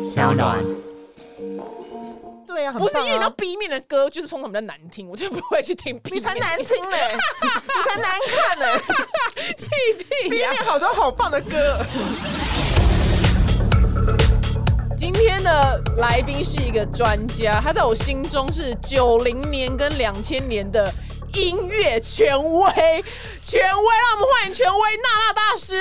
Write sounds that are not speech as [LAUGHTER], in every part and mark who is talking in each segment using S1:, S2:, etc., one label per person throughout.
S1: 小暖。
S2: 对呀、很
S3: 不是
S2: 棒
S3: 因为你知
S2: [LAUGHS]
S3: 道
S2: 啊，
S3: B 面的歌就是通常比较难听， [LAUGHS] 我就不会去听 B 面。
S2: 你才难
S3: [LAUGHS]
S2: 听 [LAUGHS] 嘞，你才难看嘞， [LAUGHS]
S3: 气屁
S2: 里
S3: 呀、
S2: 面好多好棒的歌。
S3: [LAUGHS] 今天的来宾是一个专家，他在我心中是九零年跟两千年的音乐权威，权威，让我们欢迎权威娜娜
S2: [LAUGHS]
S3: 大师。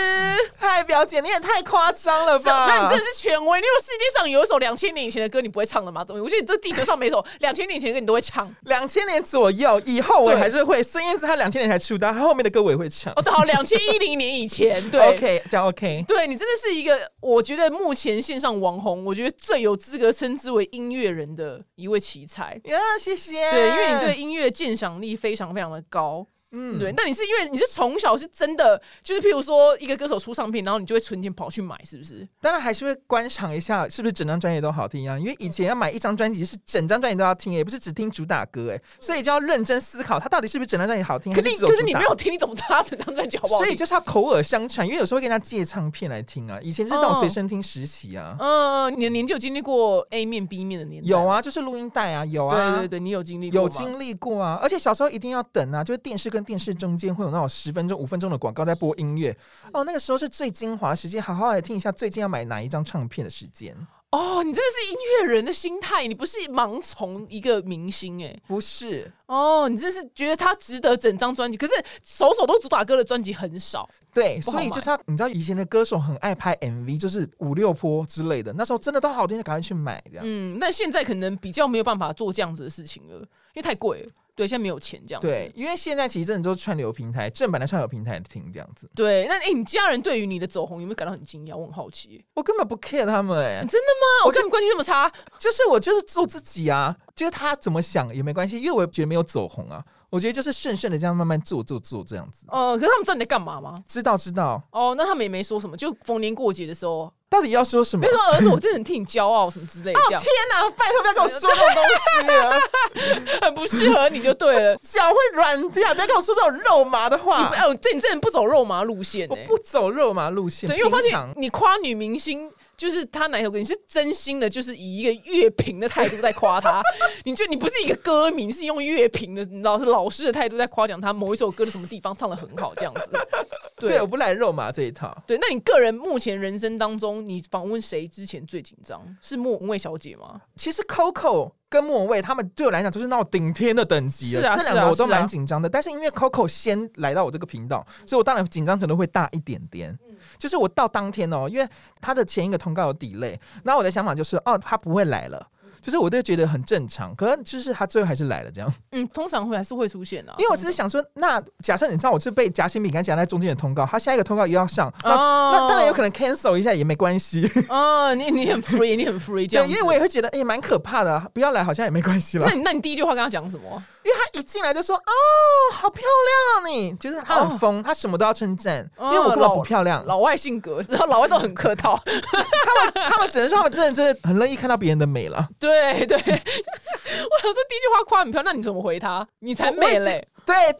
S2: 嗨，表姐，你也太夸张了吧？
S3: 那你真的是权威，因为世界上有一首两千年以前的歌你不会唱的吗？我觉得你这地球上每首两千年以前的歌你都会唱。
S2: 两千年左右以后，我
S3: 对
S2: 还是会。孙燕姿她两千年才出道，她后面的歌我也会唱
S3: 哦，。对好，两千一零年以前，对
S2: [LAUGHS] OK，这样 OK。
S3: 对你真的是一个，我觉得目前线上网红，我觉得最有资格称之为音乐人的一位奇才。
S2: 呀、谢谢。
S3: 对，因为你对音乐鉴赏力非常非常的高。嗯，对，那你是因为你是从小是真的，就是譬如说一个歌手出唱片，然后你就会存钱跑去买，是不是？
S2: 当然还是会观赏一下，是不是整张专辑都好听啊？因为以前要买一张专辑是整张专辑都要听，也不是只听主打歌，哎，所以就要认真思考它到底是不是整张专辑好听，
S3: 可
S2: 还嗯
S3: 你
S2: 只有
S3: 可是
S2: 主
S3: 你
S2: 打
S3: 没有听，你怎么知道他整张专辑好不好
S2: 所以
S3: 听？
S2: 就是要口耳相传，因为有时候会跟人家借唱片来听啊。以前是那种
S3: 哦
S2: 随身听实习啊，
S3: 嗯、你的年纪有经历过 A 面 B 面的年代？
S2: 有，啊，就是录音带啊，有啊，
S3: 对对对，你有经历过吗
S2: 有经历过啊。而且小时候一定要等啊，就是电视跟电视中间会有那种十分钟、五分钟的广告在播音乐哦，那个时候是最精华的时间，好好来听一下最近要买哪一张唱片的时间。
S3: 哦，你真的是音乐人的心态，你不是盲从一个明星哎、
S2: 不是，
S3: 哦，你真是觉得他值得整张专辑，可是首首都主打歌的专辑很少。
S2: 对，啊
S3: 不好
S2: 所以就是要你知道以前的歌手很爱拍 MV，就是五六波之类的，那时候真的都好听，就赶快去买这样。
S3: 嗯，但现在可能比较没有办法做这样子的事情了，因为太贵了。对，现在没有钱这样子。
S2: 对，因为现在其实真的都是串流平台，正版的串流平台听这样子，
S3: 对那哎、诶你家人对于你的走红有没有感到很惊讶？我很好奇。
S2: 我根本不 care 他们哎、
S3: 啊真的吗？我
S2: 我
S3: 跟你关系这么差，
S2: [LAUGHS] 就是我就是做自己啊，就是他怎么想也没关系，因为我觉得没有走红啊，我觉得就是顺顺的这样慢慢做做做这样子。
S3: 呃，可是他们知道你在干嘛吗？
S2: 知道知道，
S3: 哦，那他们也没说什么，就逢年过节的时候，
S2: 到底要说什么 [LAUGHS]
S3: 比如？说儿子，我真的很替你骄傲什么之
S2: 哦
S3: 类的，这样、
S2: 哪，拜托不要跟我说这种东西啊，
S3: 很不适合你就
S2: [LAUGHS]
S3: 对了。
S2: 脚会软掉，不要跟我说这种肉麻的
S3: 你
S2: 话
S3: 不，哎、对你真的不走肉麻路线、
S2: 我
S3: 欸，
S2: 不走肉麻路线，
S3: 对，因为我发
S2: 平
S3: 现
S2: 常
S3: 你夸女明星，就是她哪一首歌，你是真心的，就是以一个乐评的态度在夸她。 [LAUGHS] 你就你不是一个歌迷，你是用乐评的，你知道是老师的态度在夸奖她某一首歌的什么地方唱的很好这
S2: [LAUGHS]
S3: 样子。对
S2: 对，我不来肉麻这一套。
S3: 对，那你个人目前人生当中，你访问谁之前最紧张？是莫文蔚小姐吗？
S2: 其实 Coco 跟莫文蔚他们对我来讲就是那种顶天的等级了，
S3: 是啊
S2: 这
S3: 是啊
S2: 两个我都
S3: 是啊
S2: 蛮紧张的。但是因为 Coco 先来到我这个频道，所以我当然紧张程度会大一点点。
S3: 嗯
S2: 就是我到当天哦，因为他的前一个通告有 delay，然后我的想法就是哦，他不会来了。
S3: 嗯
S2: 就是我都觉得很正常，可是就是他最后还是来了这样，
S3: 嗯，通常会还是会出现啊，
S2: 因为我只是想说，那假设你知道我是被夹心饼干夹在中间的通告，他下一个通告也要上，那、
S3: 哦
S2: 那当然有可能 cancel 一下也没关系，
S3: 啊，你你很 free，你很 free
S2: [LAUGHS]
S3: 这
S2: 对，
S3: 样子。
S2: 因为我也会觉得哎蛮、可怕的啊，不要来好像也没关系啦
S3: 那。你那你第一句话跟她讲什么？
S2: 因为他一进来就说：“哦，好漂亮啊你！”就是他很疯，他什么都要称赞，因
S3: 哦
S2: 为我根本不漂亮。
S3: 老外性格，然后老外都很客套。
S2: [LAUGHS] 他们只能说他们真的真的很乐意看到别人的美了。
S3: [LAUGHS] 对对，我想说第一句话夸很漂亮，那你怎么回他？你才
S2: 我
S3: 美
S2: 已经
S3: 嘞！
S2: 对对，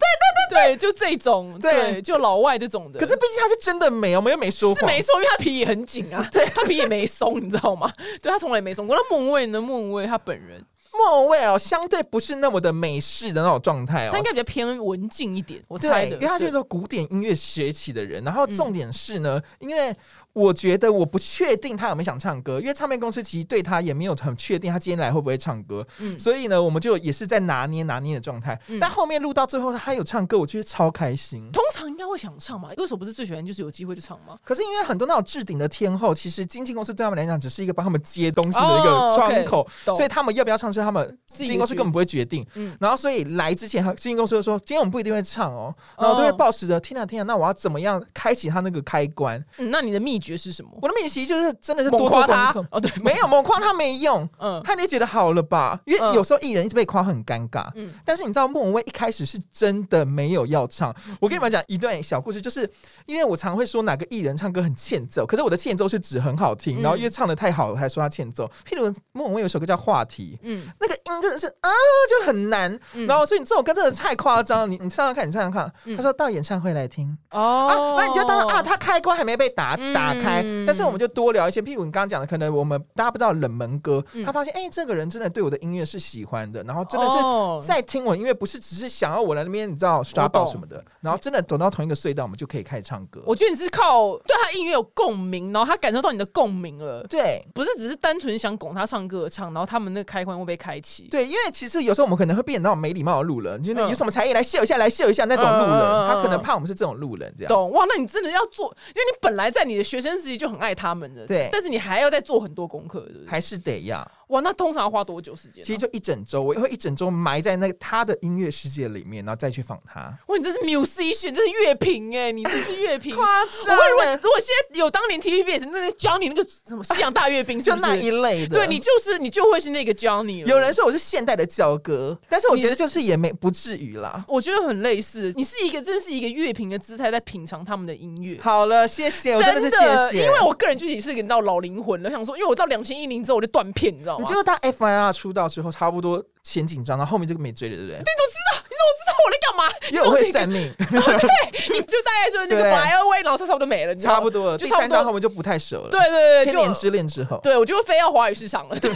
S3: 对，就这种，
S2: 对
S3: 对，就老外这种的。
S2: 可是毕竟他是真的美，我们又没说
S3: 是
S2: 谎。
S3: 没松，因为他皮也很紧啊，对，他皮也没松，你知道吗？对他从来没松过。那莫文蔚呢？莫文蔚他本人，
S2: 莫文蔚哦，相对不是那么的美式的那种状态哦
S3: 他应。该比较偏文静一点，我猜
S2: 对，
S3: 的。
S2: 因为他就是
S3: 对嗯
S2: 说古典音乐学起的人。然后重点是呢，因为我觉得我不确定他有没有想唱歌，因为唱片公司其实对他也没有很确定他今天来会不会唱歌。
S3: 嗯
S2: 所以呢，我们就也是在拿捏拿捏的状态。但后面录到最后，他有唱歌，我觉得超开心。
S3: 通常应该会想唱嘛，歌手不是最喜欢就是有机会就唱吗？
S2: 可是因为很多那种置顶的天后，其实经纪公司对他们来讲只是一个帮他们接东西的一个
S3: 哦
S2: 窗口
S3: OK，懂
S2: 所以他们要不要唱是他们
S3: 自己
S2: 经纪公司根本不会决定。
S3: 嗯
S2: 然后所以来之前，经纪公司就说今天我们不一定会唱哦，然后我都会
S3: 哦
S2: 抱持着天啊天啊，那我要怎么样开启他那个开关？
S3: 嗯，那你的秘诀是什么？
S2: 我的练习就是真的是
S3: 猛
S2: 多做
S3: 夸
S2: 功
S3: 他
S2: 课。
S3: 哦，对，
S2: 没有猛夸他没用，
S3: 嗯
S2: 他就觉得好了吧，因为
S3: 嗯
S2: 有时候艺人一直被夸很尴尬。
S3: 嗯
S2: 但是你知道莫文蔚一开始是真的没有要唱。
S3: 嗯
S2: 我跟你们讲一段小故事，就是因为我常会说哪个艺人唱歌很欠揍，可是我的欠揍是指很好听，
S3: 嗯
S2: 然后因为唱的太好了，还说他欠揍。譬如莫文蔚有首歌叫《话题》。
S3: 嗯，
S2: 那个音真的是啊，就很难。
S3: 嗯
S2: 然后，所以你这首歌真的太夸张了。你你唱唱看，你唱唱看。
S3: 嗯
S2: 他说到演唱会来听、
S3: 哦
S2: 啊啊，那你就当啊，他开关还没被打打打开。
S3: 嗯
S2: 但是我们就多聊一些，譬如你刚刚讲的，可能我们大家不知道冷门歌，
S3: 嗯
S2: 他发现哎、这个人真的对我的音乐是喜欢的，然后真的是
S3: 哦
S2: 在听我的音乐，不是只是想要我来那边你知道刷爆
S3: 懂
S2: 什么的，然后真的走到同一个隧道，我们就可以开始唱歌。
S3: 我觉得你是靠对他音乐有共鸣，然后他感受到你的共鸣了，
S2: 对
S3: 不是只是单纯想拱他唱歌唱，然后他们那个开关会被开启。
S2: 对，啊因为其实有时候我们可能会变成那种没礼貌的路人，就是
S3: 嗯
S2: 有什么才艺来秀一下，来秀一下那种路人，
S3: 嗯嗯嗯嗯
S2: 他可能怕我们是这种路人这样。
S3: 懂哇？那你真的要做，因为你本来在你的学生时期就很爱他们的，
S2: 对
S3: 但是你还要再做很多功课，对不对？啊
S2: 还是得要，
S3: 哇，那通常要花多久时间、啊？
S2: 其实就一整周，我会一整周埋在那个他的音乐世界里面，然后再去访他。
S3: 哇，你这是 musician，这是乐评哎，你这是乐
S2: [LAUGHS]
S3: 评。我
S2: 夸
S3: 会如果
S2: 张，欸
S3: 如果现在有当年 TVBS 那个教你那个什么西洋大阅兵，是
S2: 就
S3: 不
S2: 那一
S3: 是？
S2: 类的。
S3: 对你就是你就会是那个教你了。
S2: 有人说我是现代的教哥，但是我
S3: 你
S2: 觉得就是也没不至于啦。
S3: 我觉得很类似，你是一个真是一个乐评的姿态在品尝他们的音乐。
S2: 好了，谢谢，哎我真的是谢谢。
S3: 因为我个人就也是个你知道老灵魂了，想说，因为我到两千一零之后我就断片，你知道
S2: 你
S3: 吗？
S2: 知道他 FIR 出道之后，差不多前紧张，然后后面就没追了，对不对？
S3: 你怎么知道？你怎么知
S2: 因
S3: 道我在干嘛？
S2: 为我会算
S3: [LAUGHS]
S2: 命，
S3: 你就大概说那个
S2: 对
S3: Fly Away，然后它差不多没了，你知道吗
S2: 差不多。
S3: 就
S2: 第
S3: 差不
S2: 三张
S3: 多。
S2: 后面就不太熟了。
S3: 对对对，
S2: 千年
S3: 就
S2: 之恋之后，
S3: 对我就非要华语市场了，对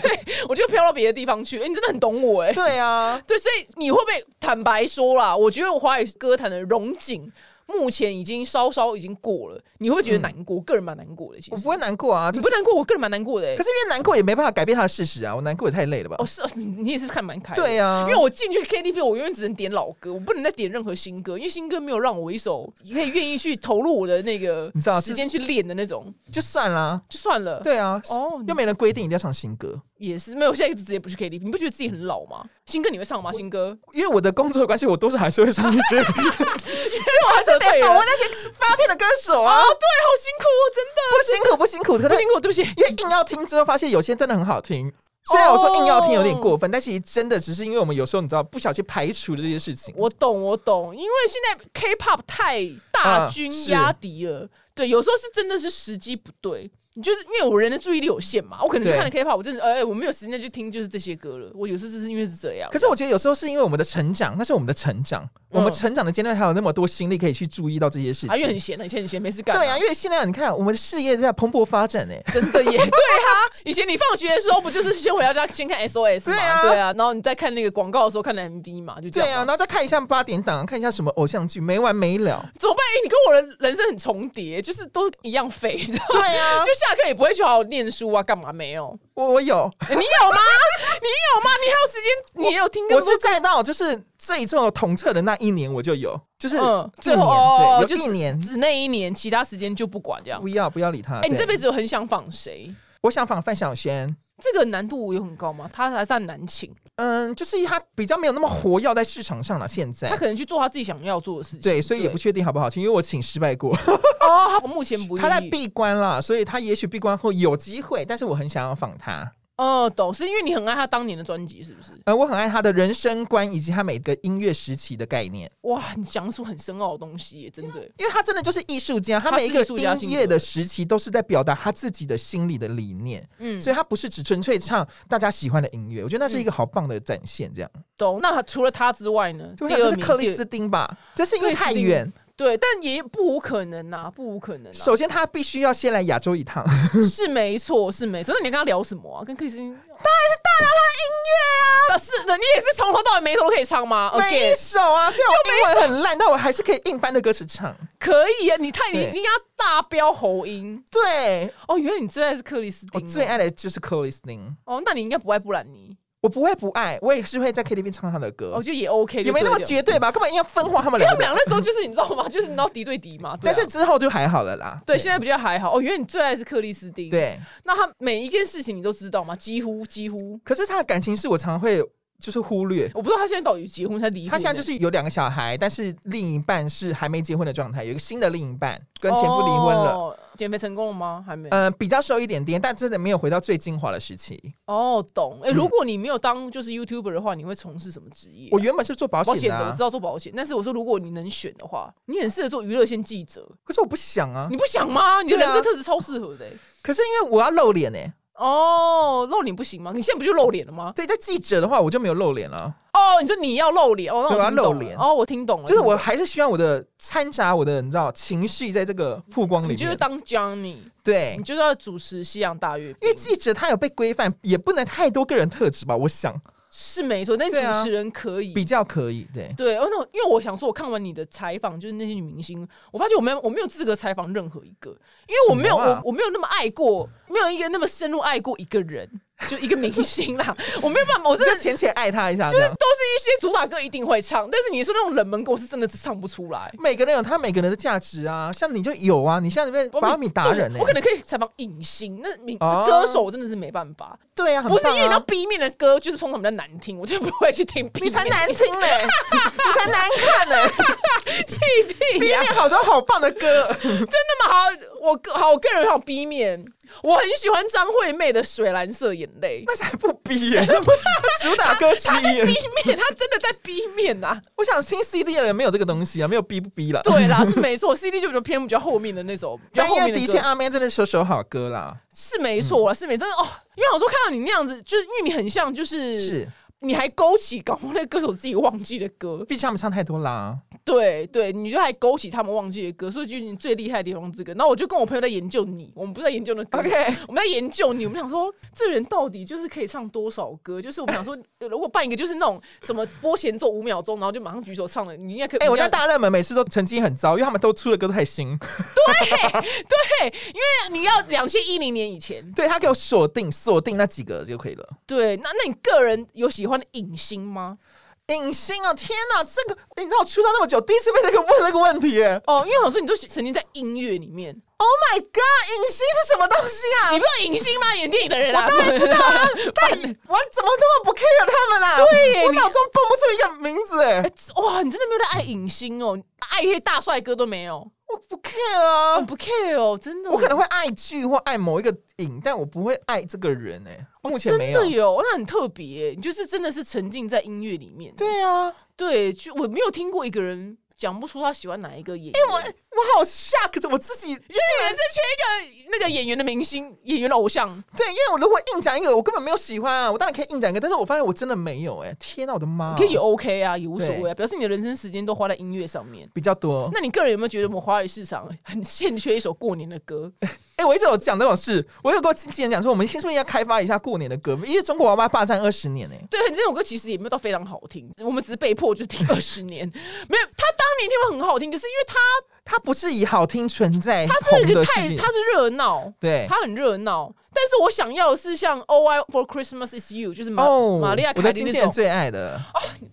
S3: 我就飘到别的地方去。哎，你真的很懂我哎。
S2: 对啊，
S3: 对，所以你会不会坦白说啦？我觉得我华语歌坛的荣景目前已经稍稍已经过了，你会不会觉
S2: 嗯
S3: 得难过？个人蛮难过 [LAUGHS] 的，其
S2: 我
S3: 实
S2: 不会难过啊。
S3: 你
S2: 就
S3: 不难过，我个人蛮难过的哎
S2: 可。是因为难过也没办法改变他的事实啊，我难过也太累了吧
S3: 哦，？是哦你你也是看蛮开的，
S2: 对啊
S3: 因为我进去 KTV，我永远只能点老歌，我不能再点任何新歌，因为新歌没有让我一首可以愿意去投入我的那个
S2: 你知道
S3: 时间去练的那种，
S2: 就算啦。
S3: 就算了。，
S2: 对啊，
S3: 哦，
S2: 又没人规定一定要唱新歌，
S3: 也是没有，现在就直接不去 KTV，你不觉得自己很老吗？新歌你会唱吗？新歌
S2: 因为我的工作的关系，我多少还是会唱一 [LAUGHS] 些，因为啊我还啊是
S3: 对
S2: 得
S3: 了哦
S2: 访问那些发片的歌手啊
S3: 哦，对，。好辛苦哦，真的
S2: 不辛苦不辛苦，可
S3: 不
S2: 能
S3: 辛苦，对不起。
S2: 因为硬要听之后，发现有些真的很好听。虽然我说硬要听有点过分但其实真的只是因为我们有时候你知道不小心排除了这些事情。
S3: 我懂，我懂，因为现在 K-pop 太大
S2: 嗯
S3: 军
S2: 是
S3: 压敌了、对，有时候是真的是时机不对。你就是因为我人的注意力有限嘛，我可能就
S2: 对
S3: 看了 K-pop，我真的哎、我没有时间去听就是这些歌了。我有时候就是因为是这样，
S2: 可是我觉得有时候是因为我们的成长，那是我们的成长，我们成长的阶段还有那么多心力可以去注意到这些事
S3: 啊，因
S2: 情。
S3: 为很闲啊，以前很闲没事干、
S2: 对啊，，因为现在你看我们的事业在蓬勃发展呢、欸
S3: 真的耶，对 [LAUGHS] 啊，以前你放学的时候不就是先回到家先看 SOS 嘛，
S2: 对啊
S3: 然后你在看那个广告的时候看的 MV 嘛，就这
S2: 对
S3: 样
S2: 啊，
S3: 嘛。
S2: 然后再看一下八点档，看一下什么偶像剧，没完没了。
S3: 怎么办？哎、你跟我的人生很重叠，就是都一样废，你知道吗？
S2: 对啊 [LAUGHS]
S3: 就下课也不会去好好念书啊，干嘛没有？
S2: 我我有，
S3: 你有吗？你有吗？你还有时间？你也有听歌？
S2: 我是在到就是最重要统测的那一年我就有，就是一年，
S3: 嗯最后哦
S2: 对，
S3: 就
S2: 有一年
S3: 只那一年，其他时间就不管这样
S2: 不。要不要理他。
S3: 哎、你
S2: 对
S3: 这辈子有很想仿谁？
S2: 我想仿范晓萱，
S3: 这个难度有很高吗？他还算难请，
S2: 嗯，就是他比较没有那么活跃在市场上了，现
S3: 他
S2: 在。
S3: 可能去做他自己想要做的事情。
S2: 哎对，所以也不确定好不好听，因为我请失败过，
S3: 哦，他目前不
S2: 他在
S3: 愿意。
S2: 闭关啦，所以他也许闭关后有机会，但是我很想要访他，
S3: 哦，懂，是因为你很爱他当年的专辑，是不是？
S2: 呃，我很爱他的人生观以及他每个音乐时期的概念，
S3: 哇，你讲出很深奥的东西耶，真的。
S2: 因为他真的就是艺术家，他
S3: 他是
S2: 每一个
S3: 艺术家性
S2: 音乐的时期都是在表达他自己的心理的理念，
S3: 嗯，
S2: 所以他不是只纯粹唱大家喜欢的音乐，我觉得那是一个好棒的展现。这样，
S3: 懂。那除了他之外呢？
S2: 就
S3: 嗯第
S2: 我想
S3: 二
S2: 啊就是
S3: 名，
S2: 克里
S3: 第
S2: 斯汀吧，这是因
S3: 克
S2: 为
S3: 里斯
S2: 太
S3: 汀
S2: 远，
S3: 对，但也不无可能呐、不无可能、啊。
S2: 首先他必须要先来亚洲一
S3: [LAUGHS]
S2: 趟。
S3: 是没错，是没错。那你跟他聊什么啊？跟克里斯汀？当然是大聊他的音乐啊。但是的，你也是从头到尾每一首都可以唱吗
S2: 每一
S3: ？OK，
S2: 首啊，虽然我英文很烂，但我还是可以硬翻的歌词唱。
S3: 可以啊。你太你
S2: 对
S3: 你跟他大飙喉音
S2: 对，
S3: 哦。原来你最爱是克里斯
S2: 我
S3: 汀、啊
S2: 最爱的就是 c o l i s t i n
S3: 哦。那你应该不爱布兰妮，
S2: 我不会不爱，我也是会在 KTV 唱他的
S3: 我
S2: 歌，
S3: 觉得也 OK 哦就
S2: 也
S3: 对
S2: 没
S3: 了。
S2: 那么绝对吧？根本硬要分化他们
S3: 因
S2: 两
S3: 为他
S2: 个
S3: 们俩
S2: 人。
S3: 那时候就是你知道吗？ [LAUGHS] 就是你知道敌对敌嘛。对
S2: 但
S3: 啊
S2: 是之后就还好了啦。
S3: 对，现在比较还好哦。原来你最爱是克里斯汀，，
S2: 对，
S3: 那他每一件事情你都知道吗？几乎几乎，
S2: 可是他的感情是我常会就是忽略。
S3: 我不知道他现在到底结婚还是离婚呢。
S2: 他现在就是有两个小孩，但是另一半是还没结婚的状态，有一个新的另一半跟前夫离婚了。
S3: 哦。减肥成功了吗？还没。
S2: 呃，比较瘦一点点，但真的没有回到最精华的时期。
S3: 哦，懂。哎、
S2: 嗯
S3: 如果你没有当就是 YouTuber 的话，你会从事什么职业啊、
S2: 我原本是做保
S3: 保
S2: 险
S3: 险
S2: 的、
S3: 的，我
S2: 啊
S3: 知，道做保险，但是我说如果你能选的话，你很适合做娱乐线记者。
S2: 可是我不想啊
S3: 你。不想吗？你的
S2: [LAUGHS] 对啊
S3: 人格特质超适合的欸、
S2: 可是因为我要露脸欸呢、
S3: 哦，露脸不行吗？你现在不就露脸了吗？
S2: 对，在记者的话我就没有露脸了。
S3: 哦，哦，你说你要露脸哦，那
S2: 对我
S3: 我
S2: 要
S3: 听懂
S2: 露
S3: 了
S2: 脸
S3: 哦，我听懂了，
S2: 就是
S3: 听懂
S2: 我
S3: 了
S2: 还是希望我的掺杂我的你知道情绪在这个曝光
S3: 你
S2: 里
S3: 就是
S2: 面，
S3: 当 Johnny，
S2: 对
S3: 你，就是要主持西洋大阅
S2: 因
S3: 兵
S2: 为，记者他有被规范，也不能太多个人特质吧，我想
S3: 是没错，但
S2: 对啊
S3: 主持人可以。
S2: 比较可以，对，
S3: 对，哦，那我因为我想说，我看完你的采访，就是那些女明星，我发现我没有我没有资格采访任何一个，因为我没有、
S2: 什么啊
S3: 我我没有那么爱过，没有一个那么深入爱过一个人，就一个明星啦，我没有办法，我真
S2: [LAUGHS] 就
S3: 的。
S2: 浅浅爱他一下，
S3: 就是
S2: 这
S3: 都是
S2: 样
S3: 一些主打歌一定会唱，但是你说那种冷门歌，我是真的唱不出来。
S2: 每个人有他每个人的价值啊，像你就有啊，你像你被
S3: 我
S2: 把米达人呢、欸
S3: 我可能可以采访影星，那明、
S2: 哦
S3: 歌手我真的是没办法，
S2: 对啊，很
S3: 不是因
S2: 棒
S3: 为你知道
S2: 啊，
S3: B 面的歌就是通常比较难听，我就不会去听 B
S2: 你
S3: 面。
S2: 才难听嘞，
S3: [LAUGHS]
S2: 你才难看嘞，
S3: 气屁
S2: 里
S3: 呀、
S2: 面好多好棒的歌，
S3: 那么好，我个好，我个人好 B 面，我很喜欢张惠妹的《水蓝色眼 [LAUGHS] 泪》。
S2: 那才不逼耶、主打歌之
S3: 她在
S2: 一
S3: B
S2: 耶。
S3: 面，她真的在 B 面啊呐、
S2: 我想听 CD 的人没有这个东西啊，没有逼不逼啦。
S3: [LAUGHS] 对啦，是没 [LAUGHS] 错，CD 就比较偏比较后面的那首，比较
S2: 但
S3: 后
S2: 因
S3: 面
S2: 为
S3: 的
S2: 的
S3: 歌
S2: 确，阿妹真的是首首好歌啦，
S3: 是没错啦，是没真的哦。因为我说看到你那样子，就是因为你很像，就是
S2: 是，
S3: 你还勾起搞不好那个歌手自己忘记的歌，
S2: 毕竟他们唱太多啦。
S3: 对对，你就还勾起他们忘记的歌，所以就是你最厉害的地方是这个。然后我就跟我朋友在研究你，我们不是在研究那歌
S2: OK，
S3: 我们在研究你，我们想说这人到底就是可以唱多少歌？就是我们想说，呃如果办一个就是那种什么拨弦奏五秒钟，然后就马上举手唱了，你应该可以。
S2: 哎、我在
S3: 你应该
S2: 大热门每次都成绩很糟，因为他们都出的歌都太新。
S3: 对，因为你要两千一零年以前。
S2: 对他给我锁定锁定那几个就可以了。
S3: 对，那那你个人有喜欢的影星吗？
S2: 影星啊，天哪，这个你知道我出道那么久，第一次被这个问这个问题耶
S3: 哦，因为我想说你都沉浸在音乐里面，你
S2: ！Oh my god，影星是什么东西啊？
S3: 不知道影星吗？演电影的人啊，，
S2: 当然知道啊
S3: [LAUGHS]
S2: 但我怎么这么不 care 他们啦？
S3: 对耶
S2: 我
S3: 你
S2: 脑中蹦不出一个名字哎，
S3: 哇，你真的没有在爱影星哦，爱一些大帅哥都没有，
S2: 我不 care 啊
S3: 我、不 care 哦，真的。
S2: 我可能会爱剧或爱某一个影，但我不会爱这个人哎、目前
S3: 哦真
S2: 没有
S3: 的。有，那很特别耶，你就是真的是沉浸在音乐里面。
S2: 对啊，
S3: 对，就我没有听过一个人讲不出他喜欢哪一个演员，
S2: 我我好 shock，我自己
S3: 就是你们是缺一个那个演员的明星、演员的偶像。
S2: 对，因为我如果硬讲一个，我根本没有喜欢啊，我当然可以硬讲一个，但是我发现我真的没有哎、天哪，我的妈、
S3: 可以也 OK 啊，也无所谓啊，表示你的人生时间都花在音乐上面。
S2: 比较多。
S3: 那你个人有没有觉得我们华语市场很欠缺一首过年的歌？ [LAUGHS]
S2: 哎、我一直有讲这种事，我有跟我经纪人讲说，我们是不是应该开发一下过年的歌？因为中国娃娃霸占二十年哎、
S3: 对，这首歌其实也没有到非常好听，我们只是被迫就听二十年。 [LAUGHS] 没有，他当年听会很好听，可是因为他
S2: 它不是以好听存在
S3: 他是
S2: 红
S3: 一个
S2: 的事
S3: 太
S2: 情
S3: 他，是热闹，
S2: 对
S3: 他很热闹。但是我想要的是像《All I for Christmas Is You》，就是马、
S2: 哦，
S3: 玛利亚
S2: 我的
S3: 凯莉
S2: 经纪
S3: 那
S2: 人
S3: 种，
S2: 最爱的，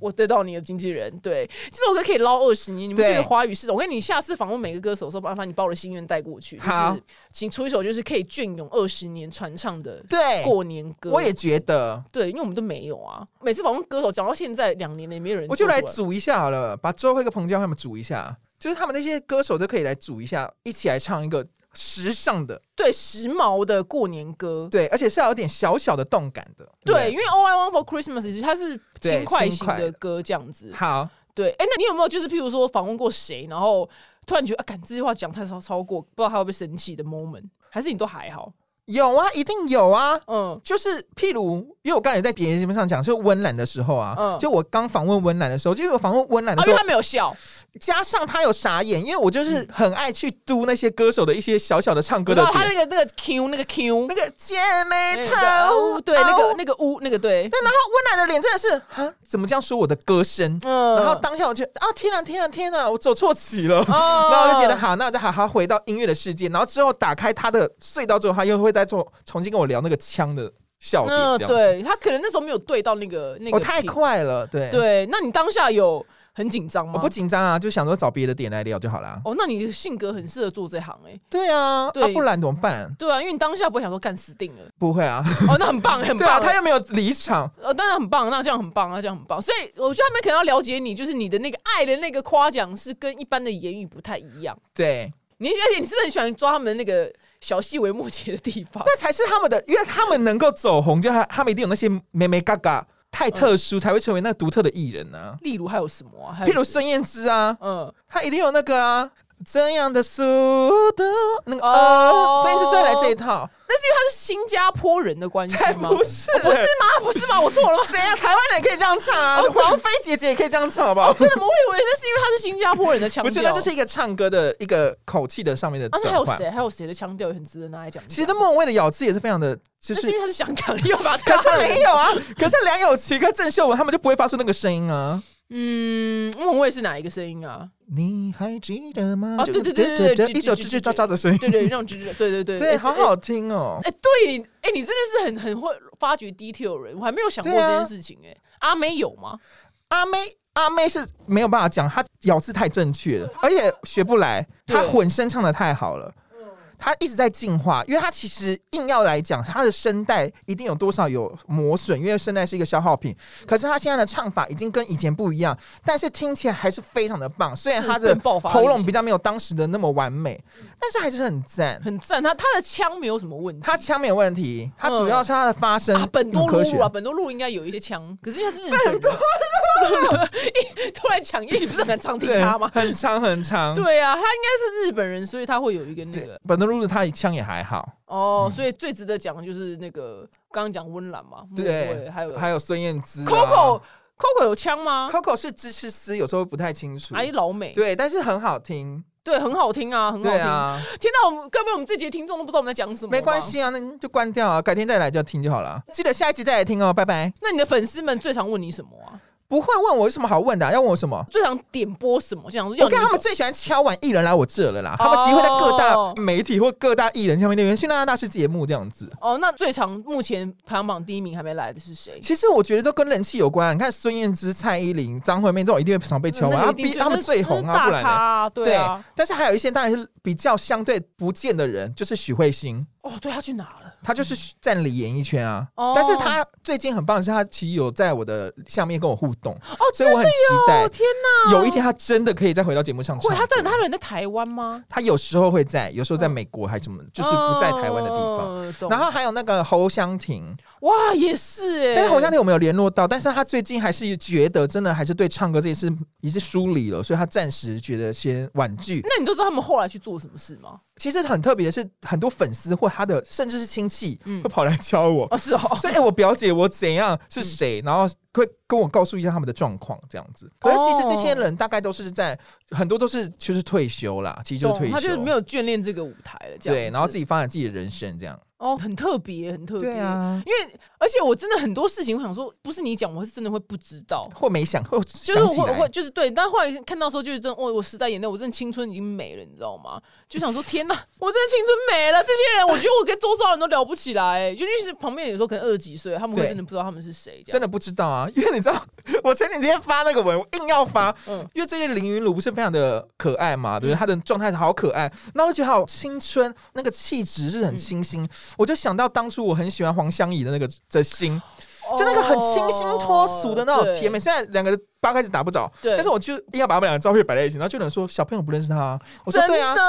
S3: 我得到你的经纪人，对，这首歌可以捞二十年。你们这
S2: 对
S3: 个华语市场，我跟你下次访问每个歌手的时候，麻烦你把我的心愿带过去，就
S2: 好
S3: 是请出一首就是可以隽永二十年传唱的
S2: 对，
S3: 过年歌。
S2: 我也觉得。
S3: 对，因为我们都没有啊，每次访问歌手讲到现在两年了，也没有人
S2: 我就
S3: 做
S2: 来
S3: 出
S2: 煮一下好了，把周慧跟彭佳慧他们煮一下，就是他们那些歌手都可以来煮一下，一起来唱一个时尚的，
S3: 对时髦的过年歌。
S2: 对，而且是要有点小小的动感的，不
S3: 对，因为 All I Want for Christmas is You 它是
S2: 对
S3: 轻快
S2: 轻
S3: 型
S2: 快
S3: 的
S2: 的
S3: 歌，这样子。
S2: 好，
S3: 对，哎、那你有没有就是譬如说访问过谁，然后突然觉得啊，感这句话讲太超超过，不知道他会不会生气的 moment，还是你都还好？
S2: 有啊，一定有啊。
S3: 嗯，
S2: 就是譬如，因为我刚才在别人节目上讲，就温岚的时候啊，
S3: 嗯
S2: 就我刚访问温岚的时候，就我访问温岚的
S3: 啊，
S2: 时
S3: 因为
S2: 候，
S3: 他没有笑，
S2: 加上他有傻眼，因为我就是很爱去嘟那些歌手的一些小小的唱歌
S3: 知
S2: 的
S3: 道他那
S2: 点，
S3: 个那个 Q 那个 Q
S2: 那个姐妹
S3: 那个啊
S2: 头，
S3: 对那
S2: 哦
S3: 个那个屋那个对，
S2: 对，然后温岚的脸真的是，哈，怎么这样说我的歌声？
S3: 嗯
S2: 然后当下我就啊，天啊，天啊，天啊，我走错棋了。
S3: 哦
S2: 然后我就觉得好，那我就好好回到音乐的世界。然后之后打开他的隧道之后，他又会再重重新跟我聊那个枪的笑点，
S3: 嗯，
S2: 这样子。
S3: 对他可能那时候没有对到那个那个
S2: 我哦太
S3: 频，
S2: 快了，对，哦
S3: 对，那你当下有很紧张吗？
S2: 我不紧张啊，就想说找别的点来聊就好啦。
S3: 哦，那你的性格很适合做这行哎、
S2: 对啊，
S3: 对
S2: 啊不然怎么办？
S3: 对啊，因为你当下不会想说干死定了，
S2: 不会啊，
S3: 哦，那很棒，很
S2: 对
S3: 棒，
S2: 啊，他又没有离场，
S3: 呃，当然很棒，那这样很棒，那这样很棒。所以我觉得他们可能要了解你，就是你的那个爱的那个夸奖是跟一般的言语不太一样。
S2: 对，
S3: 你而且你是不是很喜欢抓他们那个小细微末节的地方？
S2: 那才是他们的，因为他们能够走红，就他他们一定有那些美美嘎嘎太
S3: 嗯
S2: 特殊，才会成为那独特的艺人啊。
S3: 例如还有什么啊？还有
S2: 譬如
S3: 谁
S2: 孙燕姿啊，
S3: 嗯，
S2: 她一定有那个啊，怎样的速度？那个
S3: 哦
S2: 呃，孙燕姿最爱来这一套，
S3: 那是因为他是新加坡人的关系
S2: 才
S3: 吗？哦
S2: 不是，
S3: 不是哦吗？不是吗？我错
S2: [LAUGHS]
S3: 了吗？
S2: 谁啊？台湾人可以这样唱啊，王菲姐姐也可以这样唱，好不好？
S3: 真的吗？我以为那是因为他是新加坡人的腔
S2: 不
S3: 调。
S2: 是，那就是一个唱歌的一个口气的上面的
S3: 啊，那还
S2: 转
S3: 有
S2: 换。
S3: 谁？还有谁的腔调也很值得拿来讲？
S2: 其实莫文蔚的咬字也是非常的，就
S3: 那是
S2: 是
S3: 因为他是香港人，又把
S2: 可
S3: 他 [LAUGHS]
S2: 是没有啊，可是梁咏琪跟郑秀文他们就不会发出那个声音啊。
S3: 嗯，莫文蔚是哪一个声音啊？
S2: 你还记得吗？
S3: 哦对对对对对
S2: 一首吱吱喳喳的声音，
S3: 对对，那种就是对对对
S2: 对，
S3: 哎
S2: 好好听哦。
S3: [LAUGHS] 哎，对，哎，你真的是很很会发掘 detail 人，我还没有想过
S2: 对
S3: 这
S2: 啊
S3: 件事情哎。阿妹有吗？
S2: 阿妹，阿妹是没有办法讲，她咬字太正确了，而且学不来，
S3: 嗯对
S2: 她混声唱的太好了。她一直在进化，因为她其实硬要来讲，她的声带一定有多少有磨损，因为声带是一个消耗品。
S3: 嗯
S2: 可是她现在的唱法已经跟以前不一样，但是听起来还是非常的棒。虽然
S3: 是
S2: 她的
S3: 更爆发
S2: 喉
S3: 力嗯
S2: 咙
S3: 型
S2: 比较没有当时的那么完美，但是还是很赞。
S3: 很赞，他他的腔没有什么问题。
S2: 她腔没有问题，她主要是她的发声
S3: 嗯啊，本多
S2: 很科
S3: 路
S2: 学
S3: 啊，。本多路应该有一些腔，可是因为他是日本人，一突然 [LAUGHS] 抢，因为你不是很常听
S2: 对
S3: 他吗，？
S2: 很长很长。
S3: 对啊，他应该是日本人，所以他会有一个那
S2: 对嗯
S3: 个，
S2: 本多路她腔也还好。
S3: 哦，所以最值得讲的就是那个刚刚讲温岚嘛，莫文蔚
S2: 对，
S3: 还有
S2: 还有孙燕姿、啊、
S3: Coco Coco 有枪吗？
S2: Coco 是芝士丝，有时候不太清楚。
S3: 阿姨老美，
S2: 对，但是很好听。
S3: 对，很好听啊，很好
S2: 对
S3: 听。
S2: 啊，
S3: 天哪，我们该不会我们这节听众都不知道我们在讲什么？
S2: 没关。系啊，那你就关掉啊，改天再来就要听就好了。记得下一集再来听哦，拜拜。
S3: 那你的粉丝们最常问你什么啊？
S2: 不会问我有什么好问的啊、要问我什么？
S3: 最常点播什么？就想说要
S2: 我
S3: 你
S2: 看他们最喜欢敲完艺人来我这了啦，他们其实会在各
S3: 哦
S2: 大媒体或各大艺人下面留言去那大师节目这样子。
S3: 哦，那最常目前排行榜第一名还没来的是谁？
S2: 其实我觉得都跟人气有关啊、你看孙燕姿、蔡依林、张惠妹这种一定会常被敲完，
S3: 那
S2: 啊
S3: 个一定
S2: 逼
S3: 最
S2: 他们
S3: 那
S2: 最红
S3: 那是
S2: 啊，不
S3: 大
S2: 然
S3: 咖
S2: 嘞。
S3: 啊，对啊，
S2: 但是还有一些当然是比较相对不见的人，就是许慧欣。
S3: 哦，对，他去哪了？
S2: 他就是占领演艺圈啊。
S3: 嗯哦
S2: 但是他最近很棒的是，他其实有在我的下面跟我互动，
S3: 哦，
S2: 所以我很期待
S3: 哦，天哪！
S2: 有一天他真的可以再回到节目上唱
S3: 会
S2: 歌。
S3: 他在他人在台湾吗？
S2: 他有时候会在，有时候在美国还什么，就是不在台湾的地方。
S3: 哦懂
S2: 然后还有那个侯湘婷，
S3: 哇，也是哎、
S2: 但是侯湘婷我们有联络到，但是他最近还是觉得真的还是对唱歌这件事已经疏离了，所以他暂时觉得先婉拒。
S3: 那你都知道他们后来去做什么事吗？
S2: 其实很特别的是，很多粉丝或他的甚至是亲戚
S3: 嗯
S2: 会跑来教我，
S3: 哦，嗯是哦，
S2: [LAUGHS] 所以、欸我表姐我怎样是谁，然后会跟我告诉一下他们的状况这样子。可是其实这些人大概都是在很多都是就是退休啦，其实就是退
S3: 懂，
S2: 休，
S3: 他就是没有眷恋这个舞台了，这样
S2: 对，然后自
S3: 己
S2: 己发展自己的人生这样。
S3: 哦，很特别，很特别，
S2: 对。啊，
S3: 因为，而且我真的很多事情，我想说，不是你讲，我是真的会不知道，
S2: 或没想或
S3: 就是
S2: 想起
S3: 我会
S2: 来，
S3: 就是对，但后来看到的时候，就是真的，哦，我时代眼泪，我真的青春已经没了，你知道吗？就想说，天哪，我真的青春没了。这些人，我觉得我跟周遭人都聊不起来、就就是旁边有时候可能二十几岁，他们会
S2: 对
S3: 真的不知道他们是谁，这
S2: 真
S3: 样
S2: 的不知道啊，因为你知道， [LAUGHS] 我前几天发那个文，我硬要发，
S3: 嗯
S2: 因为最近林云鲁不是非常的可爱嘛，对不对？她的状态好可爱，那我就觉得好青春，那个气质是很清
S3: 嗯
S2: 新，我就想到当初我很喜欢黄湘怡的那个的心，
S3: 哦
S2: 就那个很清新脱俗的那种甜美。，虽然两个八开始打不着，
S3: 对
S2: 但是我就硬要把他们两个照片摆在一起，然后就有人说小朋友不认识他、啊，我
S3: 哦
S2: 说
S3: 真
S2: 对啊，
S3: 的，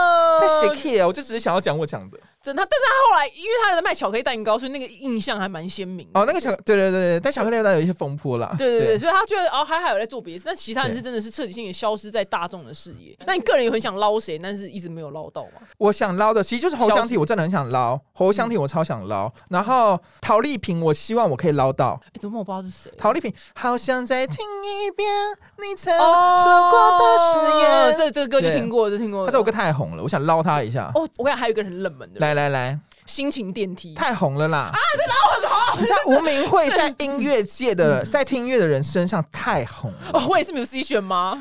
S2: 在谁 care？我就只是想要讲我讲的
S3: 真的，但是他后来因为他在卖巧克力蛋糕，所以那个印象还蛮鲜明的。
S2: 哦，那个小对对对对，但小克力蛋有一些风波啦，
S3: 对对对，所以他觉得哦，还好有在做别的事，但其他人
S2: 对
S3: 是真的是彻底性的消失在大众的视野。那你个人也很想捞谁，但是一直没有捞到嘛？
S2: 我想捞的其实就是侯湘婷，我真的很想捞侯湘
S3: 嗯
S2: 婷，我超想捞。然后陶丽萍，我希望我可以捞到
S3: 哎，怎么我不知道是谁？
S2: 陶丽萍。好想再听一遍你曾
S3: 哦
S2: 说过的誓言。
S3: 这这个歌就
S2: 对
S3: 听过，就听过。
S2: 他这首歌太红了，我想捞他一下。
S3: 哦，我跟你讲还有一个很冷门的，
S2: 来来来，
S3: 心情电梯。
S2: 太红了啦！啊，这老很红。你知道吴明慧在音乐界
S3: 嗯
S2: 的，在听音乐的人身上太红
S3: [LAUGHS]
S2: 了。
S3: 哦，我也是 musician 吗？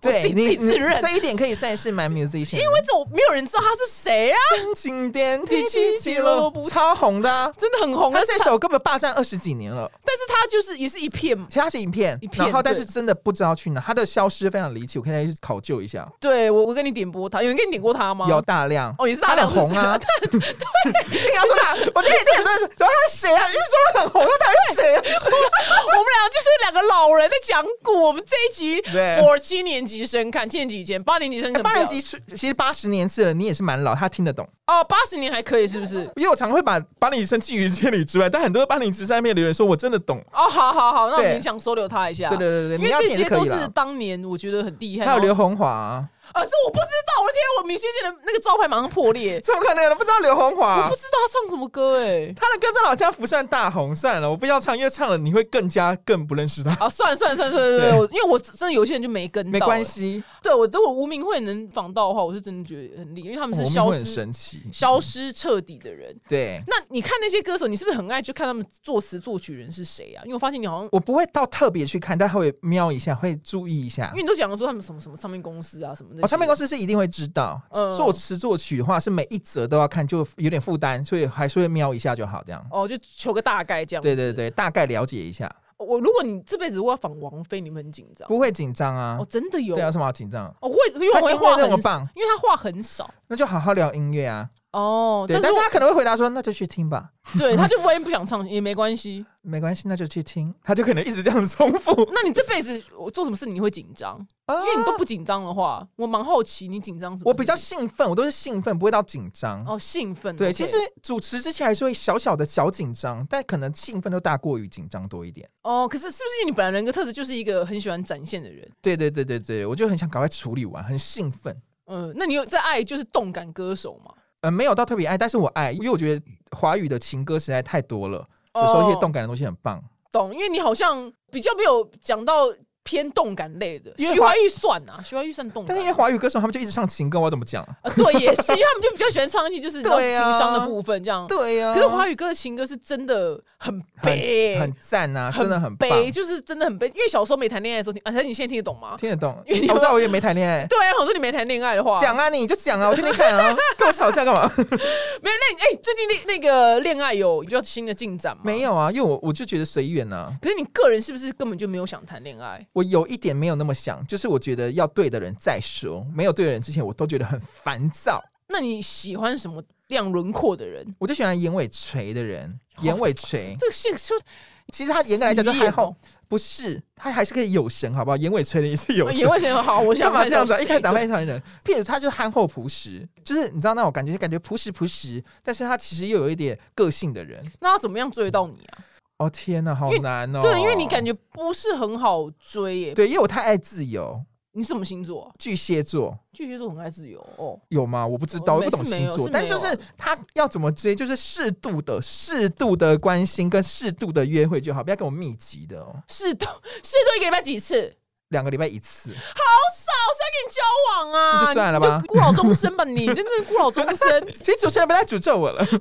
S2: 对
S3: 自己
S2: 你，
S3: 自己自
S2: 你
S3: 认
S2: 这一点可以算是蛮 musician 的。因
S3: 为这我没有人知道他是谁啊，
S2: 《经典第
S3: 第
S2: 七
S3: 七集
S2: 集
S3: 了
S2: 了》超红的啊，
S3: 真的很红。
S2: 他
S3: 但是
S2: 这
S3: 他，
S2: 首根本霸占二十几年了。
S3: 但是他就是也是一片
S2: 其他是影片
S3: 一，片
S2: 然后但
S3: 对
S2: 是真的不知道去哪，他的消失非常离奇，我可以再去考究一下。
S3: 对我，我跟你点播他，有人跟你点过他吗？
S2: 有大量
S3: 哦，也是
S2: 他
S3: 大
S2: 很
S3: 量
S2: 红啊， [LAUGHS]
S3: 是啊
S2: 对，你要说他，我觉得一定很多人说，然后他是谁啊？你是说他很红，那他是
S3: [LAUGHS]
S2: 谁啊？
S3: 不是 [LAUGHS] 我们俩就是两个老人在讲古。我们这一集，
S2: 对哎
S3: 我七年级生看，七年级以前，八年级生可能
S2: 八
S3: 不了
S2: 年级出其实八十年次了，你也是蛮老，他听得懂。
S3: 哦，八十年还可以是不是？
S2: 因为我常会把八年级生拒于千里之外，但很多八年级生在那边留言说我真的懂。
S3: 哦，好好好，那我
S2: 对
S3: 勉强收留他一下。
S2: 对对对对，
S3: 因
S2: 你
S3: 为
S2: 要
S3: 这
S2: 听也
S3: 些
S2: 可
S3: 都
S2: 以
S3: 是
S2: 啦。
S3: 当年我觉得很厉害。
S2: 还有
S3: 然后
S2: 刘红华啊、
S3: 啊，这我不知道，我的天，我明星界的那个招牌马上
S2: [LAUGHS]
S3: 破裂，
S2: 怎么可能？不知道刘红
S3: 我
S2: 华
S3: 不，知道他唱什么歌哎、
S2: 他的歌真的好像福善大红算了，我不要唱，因为唱了你会更加更不认识他。
S3: 啊，算了算了算了算了，算了
S2: 对
S3: 我因为我真的有些人就没跟到，
S2: 没关。系，
S3: 对我，如果无名会能访到的话，我是真的觉得很厉害，因为他们
S2: 我
S3: 是
S2: 们
S3: 消
S2: 会很
S3: 失、
S2: 神奇。
S3: 消失彻底的人。
S2: 对
S3: 那你看那些歌手，你是不是很爱去看他们作词作曲人是谁啊？因为我发现你好像，
S2: 我不会到特别去看，但会瞄一下，会注意一下
S3: 因为。你都讲说他们什么什么唱片公司啊什么的。
S2: 哦，唱片公
S3: 司
S2: 司是一定会知道，
S3: 嗯
S2: 作词作曲的话是每一则都要看，就有点负担，所以还是会瞄一下就好，这样。
S3: 哦，就求个大概这样。
S2: 对对，对，大概了解一下，
S3: 我如果你这辈子如果要访王菲，你们很紧张
S2: 不会紧张啊
S3: 哦，。真的有
S2: 对啊，有什么好紧张？
S3: 哦，我也因为我会话
S2: 他音乐那么
S3: 很少
S2: 棒，
S3: 因为他话很少
S2: 那就好好聊音乐啊。
S3: 哦。
S2: 对，但
S3: 是
S2: 是
S3: 我
S2: 他可能会回答说，那就去听吧， [LAUGHS]
S3: 对他就万一不想唱也没关系。
S2: 没关系，那就去听。他就可能一直这样子重复，
S3: 那你这辈子我做什么事你会紧张？
S2: 啊
S3: [LAUGHS] 因为你都不紧张的话，我蛮好奇你紧张什么事情。
S2: 我比较兴奋，我都是兴奋，不会到紧张。
S3: 哦兴奋。
S2: 对，
S3: OK
S2: 其实主持之前还是会小小的小紧张，但可能兴奋都大过于紧张多一点。
S3: 哦，可是是不是因为你本来人格特质就是一个很喜欢展现的人？
S2: 对对对对对，我就很想赶快处理完，很兴奋。
S3: 嗯，那你有在爱就是动感歌手嘛？
S2: 呃，没有到特别爱，但是我爱，因为我觉得华语的情歌实在太多了，有时候一些动
S3: 哦
S2: 感的东西很棒。
S3: 懂，因为你好像比较没有讲到偏动感类的。
S2: 因为
S3: 徐怀钰算啊，徐怀钰算动
S2: 但
S3: 感
S2: 是因为华语歌手他们就一直唱情歌，我要怎么讲啊？
S3: 啊，对，也是，因为他们就比较喜欢唱一些就是你知道情
S2: [LAUGHS] 对啊
S3: 商的部分这样。
S2: 对呀、
S3: 可是华语歌的情歌是真的很悲，
S2: 很很赞啊，真的很棒，
S3: 悲，就是真的很悲。因为小时候没谈恋爱的时候，你啊，但是你现在听得懂吗？
S2: 听得懂。
S3: 因为你
S2: 我知道我也没谈恋爱，
S3: 对啊，我说你没谈恋爱的话，
S2: 讲啊你就讲啊，我听听看
S3: [LAUGHS]
S2: 啊，跟我吵架干嘛？ [LAUGHS]
S3: 没有？那你哎、最近那那个恋爱有比较新的进展吗？
S2: 没。有啊，因为我我就觉得随缘啊。
S3: 可是你个人是不是根本就没有想谈恋爱？
S2: 我有一点没有那么想，就是我觉得要对的人再说，没有对的人之前，我都觉得很烦躁。
S3: 那你喜欢什么样轮廓的人？
S2: 我就喜欢眼尾垂的人，眼尾垂。
S3: 这个现说
S2: 其实他严格来讲就还
S3: 你
S2: 好，不是他还是可以有神，好不好？眼尾垂的也是有
S3: 也
S2: 神。
S3: 会觉得好，我想
S2: [LAUGHS] 干嘛
S3: 看
S2: 这样子啊？
S3: 到
S2: 一开始打
S3: 谁
S2: 扮上人，譬如他就是憨厚朴实，就是你知道那种感觉，就感觉朴实朴实，但是他其实又有一点个性的人。
S3: 那要怎么样追到你啊？
S2: 哦天哪，好
S3: 因为
S2: 难哦。
S3: 对，因为你感觉不是很好追耶。
S2: 对，因为我太爱自由，
S3: 你什么星座啊？
S2: 巨蟹座。
S3: 巨蟹座很爱自由哦。
S2: 有吗？我不知
S3: 哦
S2: 道，我
S3: 没
S2: 不懂
S3: 是没
S2: 星
S3: 有
S2: 座
S3: 是，
S2: 但
S3: 没
S2: 就
S3: 有啊
S2: 是他要怎么追，就是适度的、适度的关心跟适度的约会就好，不要跟我密集的哦，
S3: 是都是都一个礼拜几次？
S2: 两个礼拜一次。
S3: 好少，谁要跟你交往啊？
S2: 那就算了吧
S3: 你就孤老终生吧，你 [LAUGHS] 真的是孤老终
S2: [LAUGHS]
S3: 生。不是，因
S2: 其实主持人不要再诅咒我了，因
S3: 为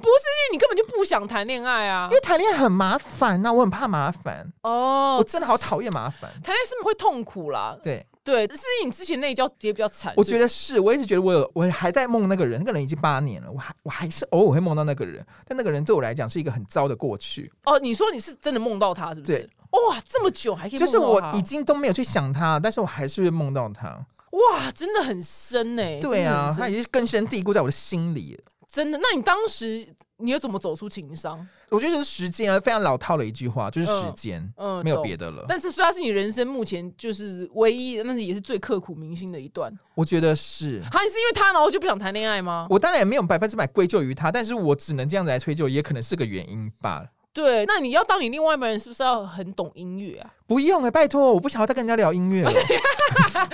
S3: 你根本就不想谈恋爱啊
S2: 为。谈恋爱很麻烦呐、我很怕麻烦，
S3: 哦，
S2: 我真的好讨厌麻烦。
S3: 谈恋爱是会痛苦啦。
S2: 对，
S3: 对，是因为你之前那一跤跌比较惨。
S2: 我觉得是，我一直觉得我有，我还在梦那个人，那个人已经八年了，我还我还是偶尔会梦到那个人，但那个人对我来讲是一个很糟的过去，
S3: 哦，你说你是真的梦到他是不是
S2: 对？
S3: 哇，这么久还可以
S2: 就是
S3: 梦到
S2: 我
S3: 他
S2: 已经都没有去想他，但是我还是会梦到他。
S3: 哇，真的很深哎、
S2: 对啊，
S3: 真的
S2: 他
S3: 很
S2: 已
S3: 深
S2: 经根深蒂固在我的心里了。
S3: 真的。那你当时你又怎么走出情商？
S2: 我觉得就是时间啊，非常老套的一句话，就是时间，
S3: 嗯嗯
S2: 没有
S3: 懂
S2: 别的了。
S3: 但是虽然是你人生目前就是唯一，那也是最刻骨铭心的一段。
S2: 我觉得是。
S3: 还是因为他，然后就不想谈恋爱吗？
S2: 我当然也没有百分之百归咎于他，但是我只能这样子来推究，也可能是个原因吧。
S3: 对，那你要当你另外一半人，是不是要很懂音乐啊？
S2: 不用哎、拜托，我不想要再跟人家聊音
S3: [LAUGHS]
S2: 乐了。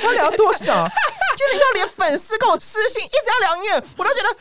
S2: 要聊多少？就你知道，连粉丝跟我私信一直要聊音乐，我都觉
S3: [LAUGHS]
S2: 得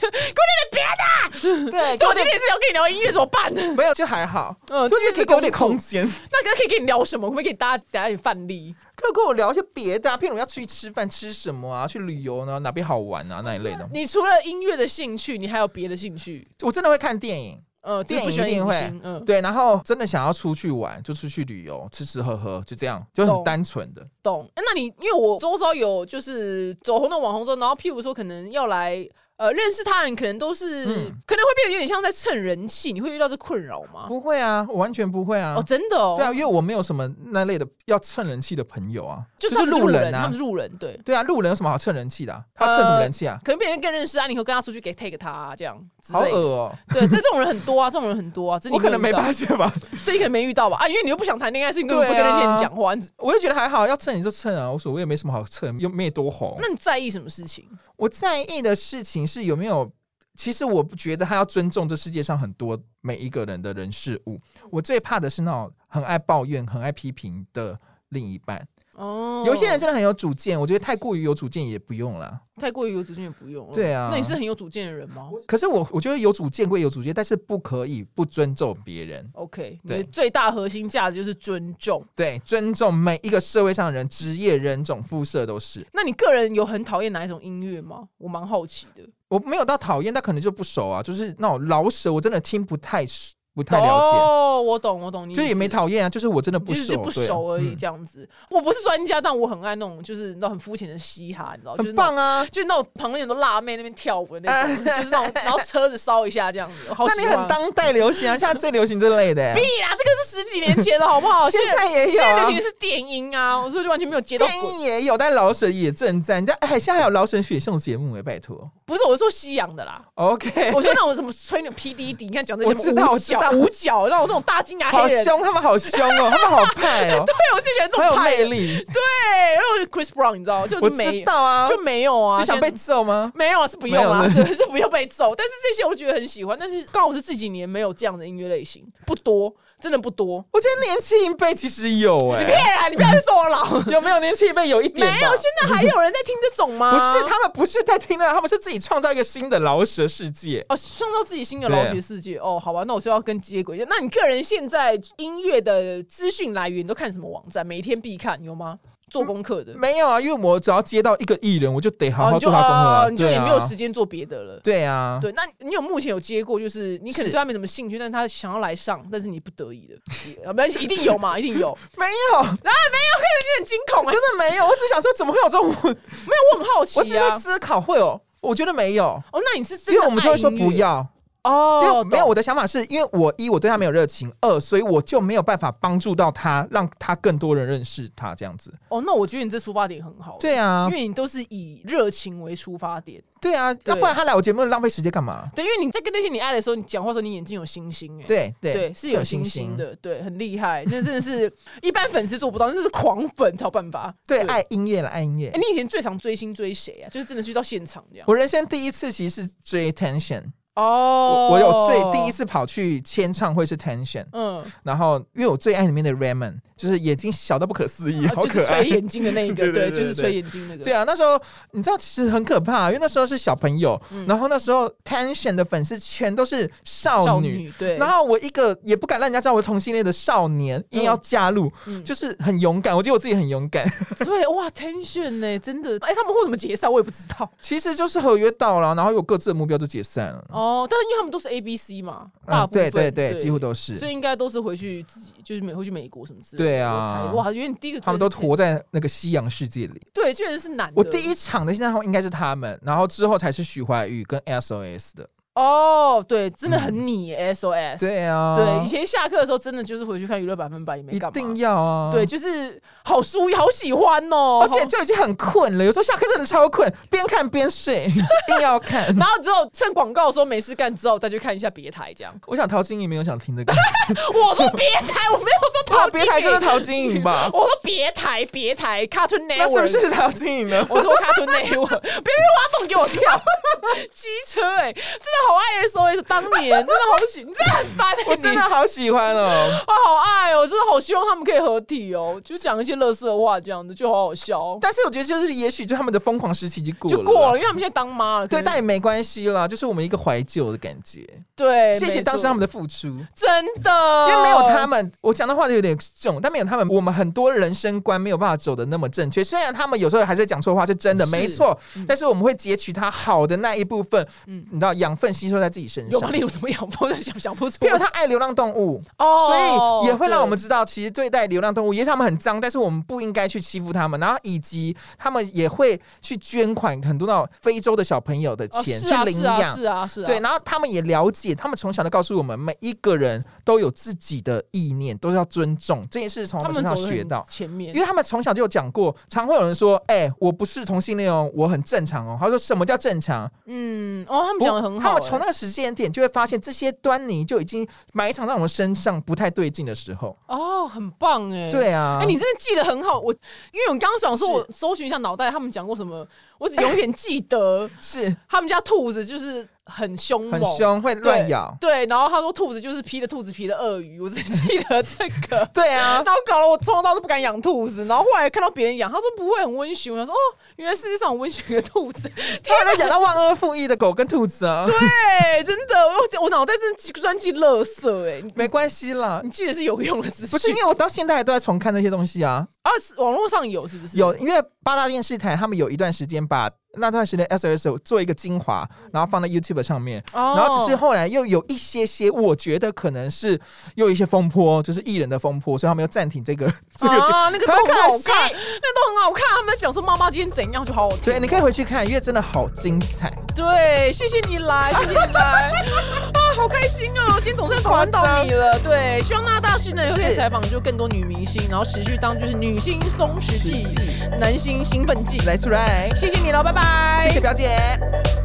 S3: 就给我点别的，
S2: 对，给
S3: 但
S2: 我
S3: 我今
S2: 点
S3: 天也哎是要跟你聊音乐，怎么办？
S2: 没有就还好，
S3: [LAUGHS] 嗯
S2: 就
S3: 这就是是
S2: 可以给我点空
S3: 工
S2: 间，
S3: 那可可以跟你聊什么？可不可以给大家打点范例？
S2: 可以跟我聊一些别的、啊，譬如要出去吃饭吃什么啊，去旅游呢，哪边好玩啊那一类的。
S3: 哦你除了音乐的兴趣，你还有别的兴趣？
S2: 我真的会看电影，
S3: 呃，只是
S2: 电
S3: 不
S2: 影
S3: 喜
S2: 一
S3: 欢
S2: 定
S3: 影
S2: 会
S3: 星，嗯，
S2: 对，然后真的想要出去玩，就出去旅游，吃吃喝喝，就这样，就
S3: 懂
S2: 很单纯的。
S3: 懂。哎那你因为我周遭有就是走红的网红之后，然后譬如说可能要来呃认识他人，可能都是、
S2: 嗯
S3: 可能会变得有点像在蹭人气，你会遇到这困扰吗？
S2: 不会啊，我完全不会啊。
S3: 哦，真的哦，
S2: 对啊，因为我没有什么那类的要蹭人气的朋友啊，
S3: 就是他
S2: 是
S3: 们
S2: 路
S3: 人，他
S2: 啊
S3: 们。是路人，对。
S2: 对啊，路人有什么好蹭人气的啊、他蹭什么人气啊？
S3: 可能别人更认识啊，你会跟他出去给 take 他、啊、这样之
S2: 好
S3: 类
S2: 恶
S3: 的。
S2: 哦、
S3: 对，这这种人很
S2: [LAUGHS]
S3: 多啊，这种人很多啊，这你
S2: 我可能没
S3: 遇到
S2: 发，现吧，
S3: 这你可能没遇到吧？啊，因为你又不想谈恋爱，所以你根本不会跟那些
S2: 啊
S3: 人讲话。你只
S2: 我就觉得还好，要蹭你就蹭啊，无所谓，也没什么好蹭，又没多红
S3: 那。你在意什么事情？
S2: 我在意的事情是有没有。其实我不觉得他要尊重这世界上很多每一个人的人事物。我最怕的是那种很爱抱怨、很爱批评的另一半。
S3: 哦
S2: 有一些人真的很有主见，我觉得太过于有主见也不用了。
S3: 太过于有主见也不用。
S2: 对啊
S3: 那你是很有主见的人吗
S2: 可是我我觉得有主见归有主见，但是不可以不尊重别人。
S3: ？OK，你
S2: 对
S3: 的最大核心价值就是尊重。
S2: 对，尊重每一个社会上的人，职业、人种、肤色都是。
S3: 那你个人有很讨厌哪一种音乐吗？我蛮好奇的。
S2: 我没有到讨厌，但可能就不熟啊，就是那种老舍，我真的听不太不太了解，
S3: 哦，我懂，我懂你意思，
S2: 就也没讨厌啊，就是我真的不
S3: 就
S2: 熟，
S3: 是不熟而
S2: 对啊嗯
S3: 已，这样子。我不是专家，但我很爱那种就是你知道很肤浅的嘻哈，你知道，
S2: 嗯
S3: 就是
S2: 很
S3: 那
S2: 棒
S3: 种
S2: 啊。
S3: 就是那种旁边都辣妹那边跳舞的那
S2: [LAUGHS]
S3: 种，就是那种，然后车子烧一下这样子，我好
S2: 那
S3: 喜
S2: 你
S3: 欢。
S2: 很当代流行
S3: [LAUGHS]
S2: 啊，现在最流行这类的、
S3: 屁啦，这个是十几年前了，好不
S2: [LAUGHS]
S3: 好？
S2: 现在也有
S3: 现在
S2: 啊
S3: 流行的是电音啊，我所以就完全没有接到
S2: 电
S3: 过。
S2: 影也有，但老舍也正在。你知道，哎，现在还有老舍选秀节目哎、拜托。
S3: 不是，我是说西洋的啦。
S2: OK，
S3: 我说那种什么吹牛 P D D，你看讲这些
S2: 我
S3: 什
S2: 知
S3: 么
S2: 道
S3: 五
S2: 我知道
S3: 角五角，那种那种大金牙
S2: 好
S3: 黑人，对
S2: 凶，他们好凶哦，他们好派
S3: [LAUGHS]
S2: 哦，
S3: 我最喜欢这
S2: 很有
S3: 种派
S2: 魅
S3: 的。
S2: 力。
S3: 对，然后 Chris Brown，你知道，就
S2: 我
S3: 是
S2: 知
S3: 没
S2: 道啊，
S3: 就没有啊，
S2: 你想
S3: 现在
S2: 被揍吗？
S3: 没有是不用啊，
S2: 没
S3: 是是不用被揍。但是这些我觉得很喜欢，但是刚好是这几年没有这样的音乐类型，不多，真的不多。
S2: 我觉得年轻一辈其实有哎、
S3: 对啊，你不要去说
S2: [LAUGHS]
S3: 我老。
S2: 有没有年轻一辈有啊一点吧？
S3: 没有，现在还有人在听这种吗？
S2: 不是他们不是在听的，他们是自己创造一个新的老舍世界。
S3: 哦，创造自己新的老学世界哦。好吧，那我就要跟接轨一下。那你个人现在音乐的资讯来源，你都看什么网站？每天必看有吗？做功课的，
S2: 没有啊，因为我只要接到一个艺人，我就得好
S3: 哦
S2: 好
S3: 你就
S2: 做他功课、
S3: 哦你就
S2: 对
S3: 也
S2: 啊
S3: 没有时间做别的了。
S2: 对啊，
S3: 对，那你有目前有接过，就是你可能对他没什么兴趣，但是他想要来上，但是你不得已的， [LAUGHS] 也没关系，一定有嘛，一定有。
S2: [LAUGHS] 没有，
S3: 啊，没有，有点惊恐哎、
S2: 真的没有。我只想说，怎么会有这 [LAUGHS] 种？
S3: 没有，我很好
S2: 我只
S3: 奇
S2: 是在
S3: 啊。
S2: 思考会有。我觉得没有，
S3: 哦，那你是
S2: 因
S3: 真的
S2: 为我们就会说
S3: 爱音乐
S2: 不要，因为
S3: 哦，
S2: 没有
S3: 懂
S2: 我的想法是因为我一我对他没有热情，二所以我就没有办法帮助到他，让他更多人认识他这样子。
S3: 哦，那我觉得你这出发点很好，、
S2: 对啊
S3: 因，为你都是以热情为出发点，
S2: 对啊，那不然他来我节目浪费时间干嘛？
S3: 对，因为你在跟那些你爱的时候，你讲话的时候，你眼睛有星星哎、
S2: 对
S3: 对，是有星星，的，对，很厉害，那真的是一般粉丝做不到，那是狂粉才有办法。
S2: 对，
S3: 对
S2: 爱音乐了，爱音乐
S3: 哎、。你以前最常追星追谁啊？就是真的去到现场这样。
S2: 我人生第一次其实是追 Tension，、
S3: 哦
S2: 我我有最第一，次跑去签唱会是 Tension，
S3: 嗯，
S2: 然后因为我最爱里面的 Raymond，就是眼睛小到不可思议，
S3: 啊
S2: [LAUGHS] 好
S3: 就是
S2: 可爱。
S3: 吹眼睛的那一个，
S2: [LAUGHS] 对对对
S3: 对，就是
S2: 对
S3: 吹眼睛那个。
S2: 对啊，那时候你知道其实很可怕，因为那时候是小朋友，
S3: 嗯
S2: 然后那时候 Tension 的粉丝全都是少女。
S3: 少女对，
S2: 然后我一个也不敢让人家知道我是同性恋的少年，硬要加入，
S3: 嗯
S2: 就是很勇敢。我觉得我自己很勇敢，
S3: 所以哇，tension 呢、真的，哎、他们会怎么解散我也不知道
S2: 其实就是合约到了，然后有各自的目标就解散了。
S3: 哦。但是因为他们都是 A B C 嘛，大
S2: 嗯，
S3: 部分、
S2: 对对对，几乎都是。
S3: 所以应该都是回去自己就是美回去美国什么之类的。
S2: 对
S3: 我
S2: 啊
S3: 猜哇，因为你第一个
S2: 他们都活在那个西洋世界里。
S3: 对，居然是男的。
S2: 我第一场的现在应该是他们，然后之后才是徐怀钰跟 SOS 的。
S3: 哦，对，真的很你、S O
S2: 嗯
S3: S。
S2: 对啊，
S3: 对，以前下课的时候真的就是回去看娱乐百分百，也没
S2: 一
S3: 干嘛。
S2: 定要啊。
S3: 对，，就是好舒好喜欢哦，
S2: 而且就已经很困了，有时候下课真的超困，边看边睡，硬要
S3: [LAUGHS]
S2: 看。
S3: 然后之后趁广告的时候没事干之后再去看一下别台这样。
S2: 我想陶晶莹没有想听这
S3: [LAUGHS]
S2: 个，
S3: 我说别台，我没有
S2: [LAUGHS]
S3: 说
S2: 啊
S3: 陶，
S2: 别台
S3: 晶
S2: 就
S3: 莹
S2: 是陶晶莹吧？
S3: 我说别台别台，Cartoon
S2: 那
S3: Network，
S2: 是不是陶晶莹呢？
S3: [LAUGHS] 我说 Cartoon Network，别别挖洞给我跳， [LAUGHS] 机车哎、真的好爱 S O S，当年真的好喜，你真的很烦、
S2: [LAUGHS]
S3: 欸，
S2: 我真的
S3: 你
S2: 好喜欢哦。
S3: [LAUGHS] 我好爱哦、真的好希望他们可以合体哦、就讲一些乐色话这样子，就好好笑哦、
S2: 但是我觉得就是，也许就他们的疯狂时期已经过了，
S3: 就过了，。因为他们现在当妈了，可
S2: 对，
S3: 能
S2: 但也没关系啦，就是我们一个怀旧的感觉。
S3: 对，
S2: 谢谢当时他们
S3: 的，
S2: 的付出。
S3: 真的，
S2: 因为没有他
S3: 们，
S2: 们，我讲的话有点重，但没有他们，我们很多人生观没有办法走的那么正确。虽然他们有时候还是讲错话，是真的
S3: 是
S2: 没错，但是我们会截取他好的那一部分，
S3: 嗯
S2: 你知道养分吸收在自己身
S3: 有
S2: 上
S3: 吗？。例如什么养蜂，我想想不出
S2: 譬如
S3: 来，
S2: 他爱流浪动物，
S3: 哦
S2: 所以也会让我们
S3: 对
S2: 知道，其实对待流浪动物，也许他们很脏，但是我们不应该去欺负他们。然后以及他们也会去捐款很多到非洲的小朋友的
S3: 哦
S2: 钱、
S3: 是啊
S2: 去领
S3: 是
S2: 养。
S3: 啊是啊是啊，
S2: 对，然后他们也了解，他们从小就告诉我们，每一个人都有自己的意念，都是要尊重这件事，从
S3: 他
S2: 他们
S3: 们
S2: 身
S3: 走
S2: 上
S3: 得
S2: 学
S3: 很
S2: 到。
S3: 前面
S2: 因，为他们从小就有讲过，常会有人说：“哎、我不是同性恋哦，我很正常哦。”他说：“什么叫正常
S3: 嗯，哦，他？”们讲的很好、
S2: 他们
S3: 欸
S2: 从那个时间点就会发现，这些端倪就已经埋藏在我们身上，不太对劲的时候。
S3: 哦，很棒哎、
S2: 对啊，
S3: 哎、你真的记得很好。我因为我刚刚想说，
S2: 是
S3: 我搜寻一下脑袋，他们讲过什么？我我只永远记
S2: [LAUGHS]
S3: 得
S2: 是
S3: 他们家兔子就是很凶
S2: 很
S3: 猛，
S2: 凶，会
S3: 对
S2: 乱咬。。
S3: 对，然后他说兔子就是披着兔子皮的鳄鱼，我只记得这个 [LAUGHS]
S2: 对啊
S3: 然，后搞得我从头到尾都不敢养兔子，然后后来看到别人养，他说不会很温驯，我想说哦，原来世界上有温驯的兔子，
S2: [LAUGHS] 他们都养到忘恩负义的狗跟兔子啊，
S3: 对，真的，我我脑袋真的专记垃圾哎、你
S2: 没关系啦
S3: 你。记得是有用的资
S2: 不是
S3: 讯
S2: 因为我到现在还都在重看那些东西啊，
S3: 啊？是网络上有是不是？哦
S2: 有因为八大电视台他们有一段时间把那段时间 SOS 做一个精华，然后放在 YouTube 上面，
S3: 嗯哦
S2: 然后只是后来又有一些些，我觉得可能是又有一些风波，就是艺人的风波，所以他们又暂停这个 [LAUGHS] 这个节目。
S3: 啊，那个都
S2: 好
S3: 很好
S2: 可惜
S3: 看，那个都很好看。他们讲说妈妈今天怎样就好好听。
S2: 对，你可以回去看，因为真的好精彩。
S3: 哎对，谢谢你来，谢谢你
S2: [LAUGHS]
S3: 来，啊，好开心哦！今天总算访问到你了，对，希望那大师呢有可以
S2: 是
S3: 采访就更多女明星，然后持续当就是女星松弛剂
S2: 实际，
S3: 男星兴奋剂。
S2: 来出来，
S3: 谢谢你了，拜拜，
S2: 谢谢表姐。